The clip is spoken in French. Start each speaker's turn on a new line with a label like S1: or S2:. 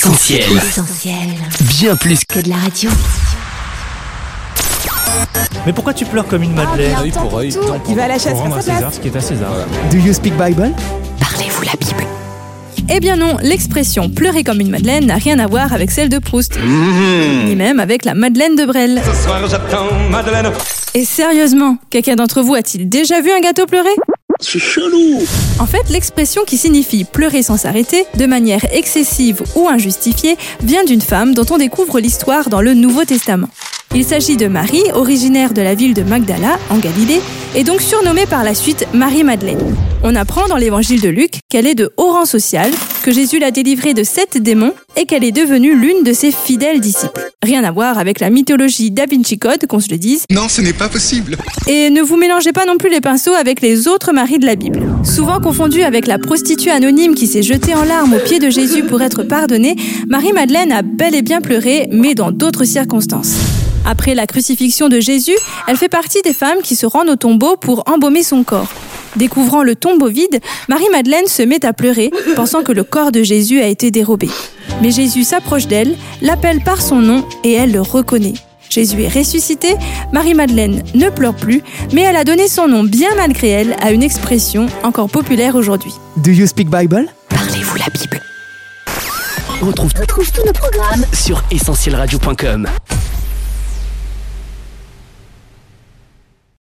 S1: Essentiel.
S2: Essentiel.
S1: Bien plus.
S2: Que de la radio.
S3: Mais pourquoi tu pleures comme une
S1: Ah,
S3: madeleine
S4: Œil pour œil, dent pour
S5: Il va à
S4: dent.
S5: la chasse
S3: Rendre
S5: faire
S3: à
S5: sa place.
S3: César ce qui est à César.
S1: Do you speak Bible?
S2: Parlez-vous la Bible.
S6: Eh bien non, l'expression pleurer comme une madeleine n'a rien à voir avec celle de Proust, ni même avec la madeleine de Brel. Et sérieusement, quelqu'un d'entre vous a-t-il déjà vu un gâteau pleurer en fait, l'expression qui signifie pleurer sans s'arrêter, de manière excessive ou injustifiée, vient d'une femme dont on découvre l'histoire dans le Nouveau Testament. Il s'agit de Marie, originaire de la ville de Magdala, en Galilée, et donc surnommée par la suite Marie-Madeleine. On apprend dans l'évangile de Luc qu'elle est de haut rang social, que Jésus l'a délivrée de sept démons et qu'elle est devenue l'une de ses fidèles disciples. Rien à voir avec la mythologie Da Vinci Code, qu'on se le dise,
S7: Non, ce n'est pas possible.
S6: et ne vous mélangez pas non plus les pinceaux avec les autres maris de la Bible. Souvent confondue avec la prostituée anonyme qui s'est jetée en larmes aux pieds de Jésus pour être pardonnée, Marie-Madeleine a bel et bien pleuré, mais dans d'autres circonstances. Après la crucifixion de Jésus, elle fait partie des femmes qui se rendent au tombeau pour embaumer son corps. Découvrant le tombeau vide, Marie-Madeleine se met à pleurer, pensant que le corps de Jésus a été dérobé. Mais Jésus s'approche d'elle, l'appelle par son nom et elle le reconnaît. Jésus est ressuscité, Marie-Madeleine ne pleure plus, mais elle a donné son nom bien malgré elle à une expression encore populaire aujourd'hui.
S1: Do you speak Bible?
S2: Parlez-vous la Bible.
S1: On retrouve
S2: Trouve tous nos programmes
S1: sur essentielradio.com.